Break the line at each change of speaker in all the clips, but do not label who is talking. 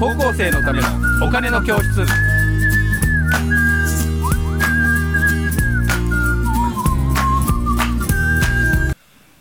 高校生のためのお金の教室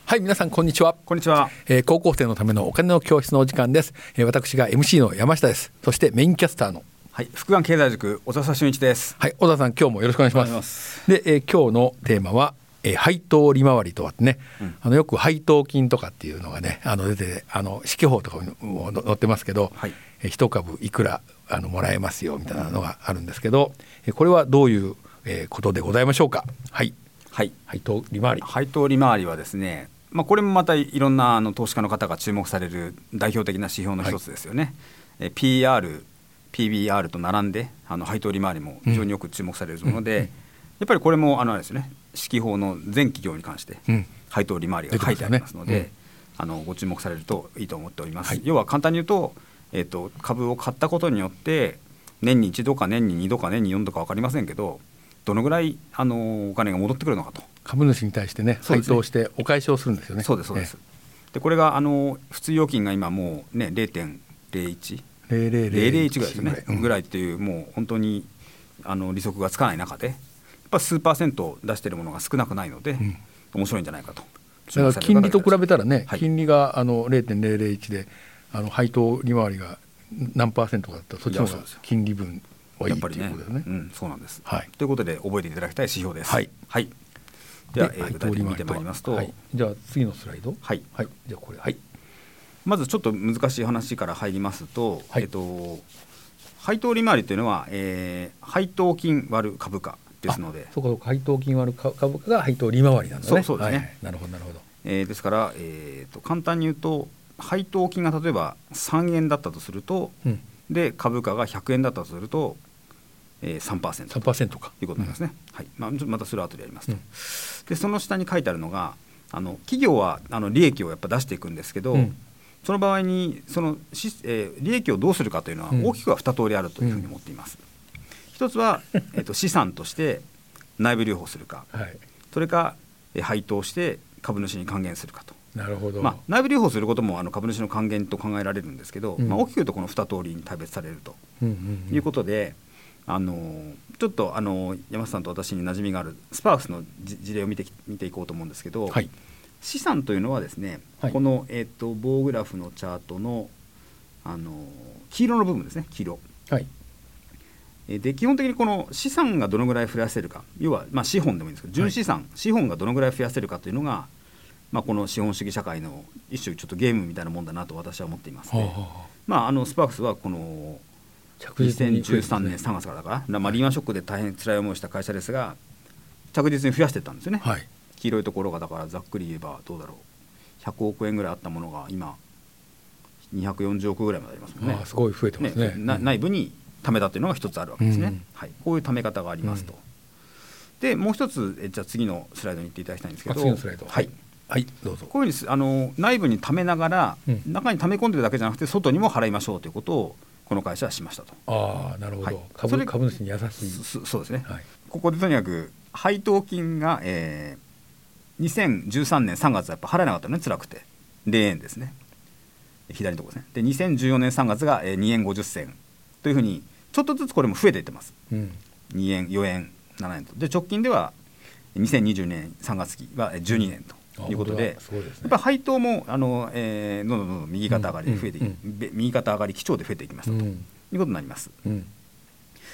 はい皆さんこんにちは、
こんにちは。
えー高校生のためのお金の教室のお時間です、えー私が MC の山下ですそしてメインキャスターの
はい、福眼経済塾小笹俊一です。
はい、小田さん、今日もよろしくお願いします。
お願いしま
で、えー今日のテーマは、えー配当利回りとはってね、あのよく配当金とかっていうのがね、あの出て、あの四季報とかもの載ってますけど、
はい
えー一株いくらあのもらえますよみたいなのがあるんですけど、えーこれはどういう、えーことでございましょうか。はい、
はい。
配当利回り。
配当利回りはですね、まあこれもまたいろんなあの投資家の方が注目される代表的な指標の一つですよね。え PR、PBR と並んであの配当利回りも非常によく注目されるもので、やっぱりこれもあのあれですね、四季報の全企業に関して
うん
配当利回りが書いてありますの
出て
で
ま、
あのご注目されるといいと思っております。
はい
要は簡単に言うと,、えー、と株を買ったことによって年に1度か年に2度か年に4度か分かりませんけどどのぐらいあのお金が戻ってくるのかと、
株主に対してね、
そう
配
ですね
当してお返しをするんですよね。
そうですそうです
ね。
でこれがあの普通預金が今もうね0.01。
0.001
001ぐらいですね、
うん
ぐらいっていうもう本当にあの利息がつかない中でやっぱ数パーセント出してるものが少なくないので、
ん
面白いんじゃないかと
だから金利と比べたらね、
はい
金利があの0.001であの配当利回りが何パーセントかだったらそっち
いや
の方
そう
が
ですよ
金利分はいい
や
っ
っぱ
て
り
いう
ね
ことだよね
う。ん、そうなんです、
はい
ということで覚えていただきたい指標です。
はい
では、
で
えー具体的に見てまいりますと、
はいじゃあ次のスライド。
はい
じゃあこれはい
まずちょっと難しい話から入りますと、
はい
えっと配当利回りというのは、えー配当金割る株価ですので
あ、そうかそうか配当金割る株株価が配当利回りなんだね。
そうそうですね
はいはいなるほどなるほど。
えーですから、えーと簡単に言うと配当金が例えば3円だったとすると、
うん。
で株価が100円だったとすると、えー、3%
三パーセントか。
ということになりますね。はいまあ、ちょっとまたそれは後でやりますと、
うん
でその下に書いてあるのがあの企業はあの利益をやっぱ出していくんですけど、
うん
その場合にそのし、えー利益をどうするかというのは
うん
大きくは2通りあるというふうに思っています。一つ は、えー、と資産として内部留保するか
うんはい。
それか、えー配当して株主に還元するかと。
なるほど。
まあ、内部留保することもあの株主の還元と考えられるんですけど、
うん
まあ、大きく言うとこの2通りに対別されると
うんうんうん
いうことで、あのーちょっと、あのー山下さんと私に馴染みがあるスパークスのじ事例を見てき見ていこうと思うんですけど、
はい。
資産というのはですね、
はい
この、えー、と棒グラフのチャートの、あのー黄色の部分ですね黄色。
はい。
えーで基本的にこの資産がどのぐらい増やせるか要は、まあ、資本でもいいんですけど純資産、資本がどのぐらい増やせるかというのが、まあ、この資本主義社会の一種ちょっとゲームみたいなもんだなと私は思っています、
はあ
ね
はあはあ
まあ、あのスパークスはこの
着実に増えてます
2013
ね
年3月からだから、まあ、リーマンショックで大変辛い思いをした会社ですが着実に増やしていったんですよね、
はい。
黄色いところがだからざっくり言えばどうだろう100億円ぐらいあったものが今240億ぐらいまでありますもんね
ああすごい増えてますね。
な内部に貯めたというのが一つあるわけですね、
うん
はい、こういう貯め方がありますと、
うん
でもう一つえじゃあ次のスライドに行っていただきたいんですけ
あ
ど
次のスライド。
はい、
はいどうぞ。
こういうふうにすあの内部に貯めながら、
うん
中に貯め込んでるだけじゃなくて外にも払いましょうということをこの会社はしましたと
ああなるほ
はい
ど。
そ
株
れ
株主に優しい。
そそうですね、
はい。
ここでとにかく配当金が、えー2013年3月はやっぱ払えなかったのね辛くて0円ですね左のところですねで2014年3月が、えー2円50銭というふうにちょっとずつこれも増えていってます
うん。
2円4円7円とで直近では2020年3月期はえー12円ということで
あ本当だそうですね
やっぱ配当もあの、えーどんどんどんどん右肩上がりで増えていき、
うんう
べ右肩上がり基調で増えていきましたという
う
こ
ん
とになります。
うん。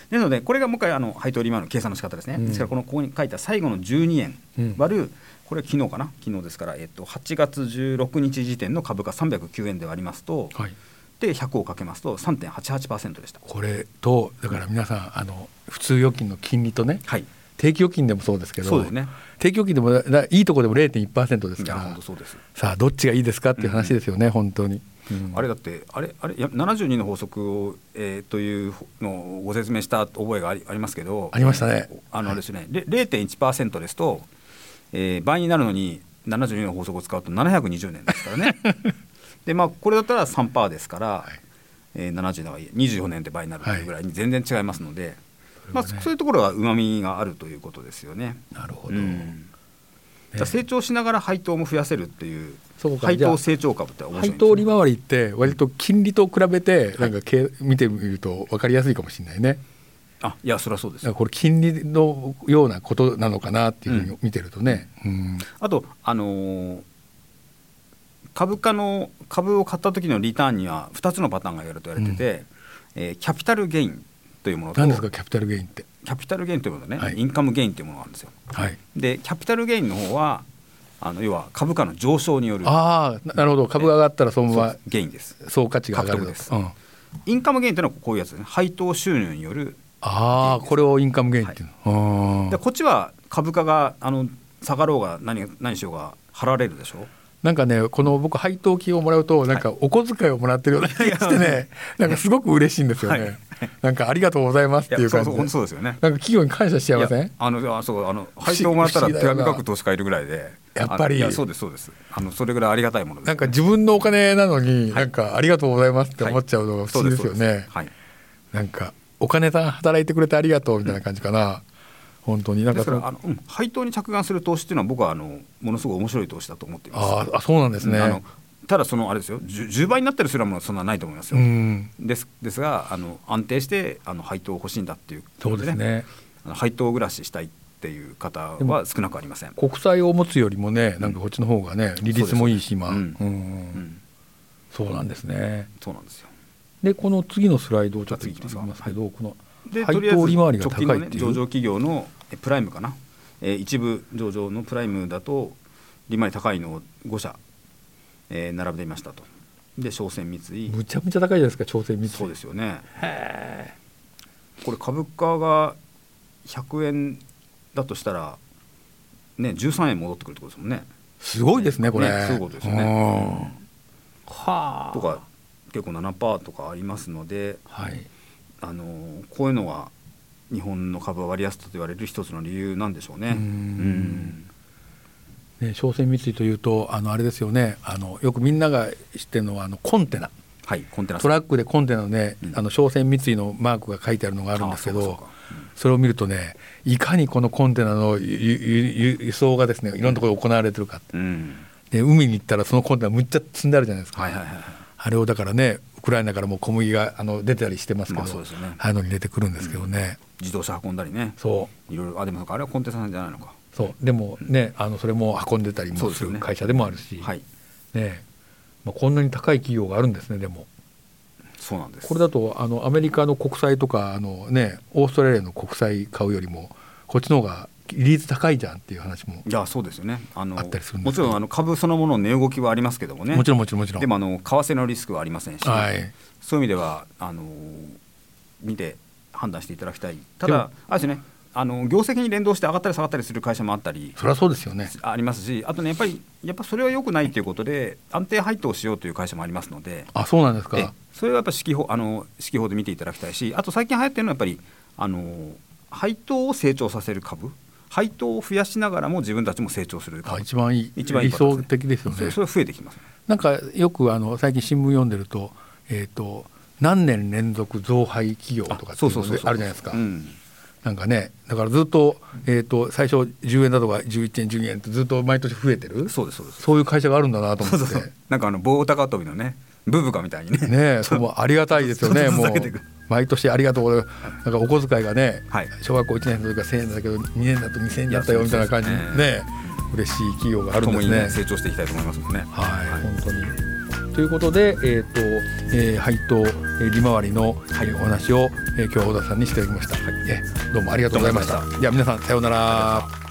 なのでこれがもう一回あの配当利回りの計算の仕方ですね、
うん
ですからこのここに書いた最後の12
う
円
ん
割る、これは昨日かな昨日ですから、えっと、8月16日時点の株価309円で割りますと、
はい。
で100をかけますと3.88%でした。
これとだから皆さんあの普通預金の金利とね
はい
定期預金でもそうですけど
そうですね
定期預金でもだだいいとこでも0.1%です
い
か
や
ら
本当そうです、
さあどっちがいいですかっていう話ですよね、本当に、うん
あれだってあれあれいや72の法則を、えーというのをご説明した覚えがありありますけど
ありましたね
あのあれですね、れ0.1%ですと、えー倍になるのに72の法則を使うと720年ですから ねでまあこれだったら3%ですから、
い
えー70年24年で倍になるというぐらいに全然違いますので、まあ、
それはね
そういうところはうまみがあるということですよね。
なるほ
う
ど、
んだから成長しながら配当も増やせるっていう
そうか
配
じゃ
当
あ
成長株って面白い
配
んです
当利
ね
回りって割と金利と比べてなんかけ、見てみると分かりやすいかもしれないね
あいやそりゃそうで
だ
す
からこれ金利のようなことなのかなっていうふうに見てるとね、うん
あと、あのー株価の株を買った時のリターンには2つのパターンがやると言われてて、えーキャピタルゲインというものと
何ですかキャピタルゲインって
キャピタルゲインというものとね、
はい
インカムゲインというものがあるんですよ。
はい
でキャピタルゲインの方はあの要は株価の上昇による
ああななるほど株が上がったらそのま
そう
ま
ですゲインです。
総価値が上がると
獲得です
うん、あ
インカムゲインというのはこういうやつですね配当収入による
あこれをインカムゲインっていうの、あ
で
ー
こっちは株価があの下がろうが何何しようが払われるでしょ
なんかねこの僕配当金をもらうとなんかお小遣いをもらってるような気がしてねなんかすごく嬉しいんですよね、
はい
なんかありがとうございますっ
い
ていう
そうそう
感じ
本当
で
そうですよね
なんか企業に感謝しちゃいませ
いや
ん
あのあそうあの
不思
配
議
当もらったら
不
手
思議だよ
紙書
な
く投資家いるぐらいで
やっぱり
あのいやそうですそうですあのそれぐらいありがたいものです
なんか自分のお金なのに、なんかありがとうございますって思っちゃうのが不
そう
思議ですよね、
そうですはい
なんかお金さん働いてくれてありがとうみたいな感じかな、本当になん
で
か
すか
そ
らあ
の
の、うん、配当に着眼する投資っていうのは僕はあのものすごく面白い投資だと思っています
あーあそうなんですね
うんあのただそのあれですよ 10, 10倍になったりするようなものはそんなないと思います
う
よ、
ん
ですですがあの安定してあの配当欲しいんだっていう
そうですね
あの配当暮らししたいっていう方
でも
は少なくありません、
国債を持つよりもねなんかこっちの方がね利率もいいし今、
う
うんん
うん、
そうなんですね
そうなんですよ
でこの次のスライドをちょっといき
あ次行きま
ますす
か
けど、この
で
配
とりあえず
当利回りが
直
高
近の、
い
ね
っ、てい
上
う
場企業のえプライムかな、えー一部上場のプライムだと利回り高いのを5社、えー並べてみましたとで商船三井
むちゃむちゃ高いじゃないですか調整密
そうですよねこれ株価が100円だとしたらね13円戻ってくるってことですもんね
すごいですねこれ
ねそういうことですよね
うんはあ
とか結構7%とかありますので
はい
あのーこういうのが日本の株は割安だと言われる一つの理由なんでしょうね。
うーんね、商船三井というとあのあれですよねあのよくみんなが知ってるのはあのコンテナ
はい、コンテナ
トラックでコンテナのね、
うん
あの商船三井のマークが書いてあるのがあるんですけ
あそうかそ
ど
うか
それを見るとねいかにこのコンテナの輸輸輸輸送がですねいろんなところで行われてるかって
うん、
で海に行ったらそのコンテナむっちゃ積んであるじゃないですか、
はいはいはいはい。
あれをだからねウクライナからもう小麦があの出てたりしてますけど、
まあそうですよね
ああいうのに出てくるんですけどね、
自動車運んだりね。
そう
いろいろあでもなんかあれはコンテナさんじゃないのか。
そうでもねあのそれも運んでたり
そう
も
です
す
よね
る会社でもあるし、
はい、
ねまあ、こんなに高い企業があるんですねでも
そうなんです。
これだとあのアメリカの国債とかあの、ね、オーストラリアの国債買うよりもこっちの方が利率高いじゃんっていう話も
いやそうですよね。あの
あったりするん
もち
ですけど
ろんあの株そのものの値動きはありますけどもね。
もちろんもちろんもちろん
でもあの為替のリスクはありませんし、
はい
そういう意味ではあの見て判断していただきたい。た
で
だ
も
あれですね。あの業績に連動して上がったり下がったりする会社もあったり。
そりゃそうですよね
ありますし、あとね、やっぱり、やっぱそれは良くないということで、安定配当しようという会社もありますので、
あそうなんです
ええ
か
それはやっぱ指揮法あの指揮法で見ていただきたいしあと最近流行ってるのはやっぱりあの配当を成長させる株配当を増やしながらも自分たちも成長する株
あ一番いい
一番いい
理
パターン
想的ですよ
それ
ね
それは増えてきますね
なんかよくあの最近新聞読んでると,、えー、と何年連続増配企業とかっていうのであるじゃないですか、
うん
なんかねだからずっと,、えー、と最初10円だとか11円12円ってずっと毎年増えてる
そうですそうです
そういう会社があるんだなと思
そ
っ
う
て
そうそうなんかあの棒高跳びのねブブカみたいにね
ねえ、それもありがたいですよね。
ちょっと
も
ず
う
つ下げていく
毎年ありがとうございます。なんかお小遣いがね、
はい
小学校一年の時は千円だったけど、二年だと二千円だったよ
いや
みたいな感じ
そう
で
そうそう
ね、嬉しい企業があるん
共
です
にね
ね。
成長していきたいと思いますもんね
はい、
はい
本当に。ということで、えっ、と、えー配当、えー利回りの、えーお話を、えー今日は小田さんにしていただきました。えーどうもありがとうございました。
どうもありがとうございま
じゃあ皆さんさようなら。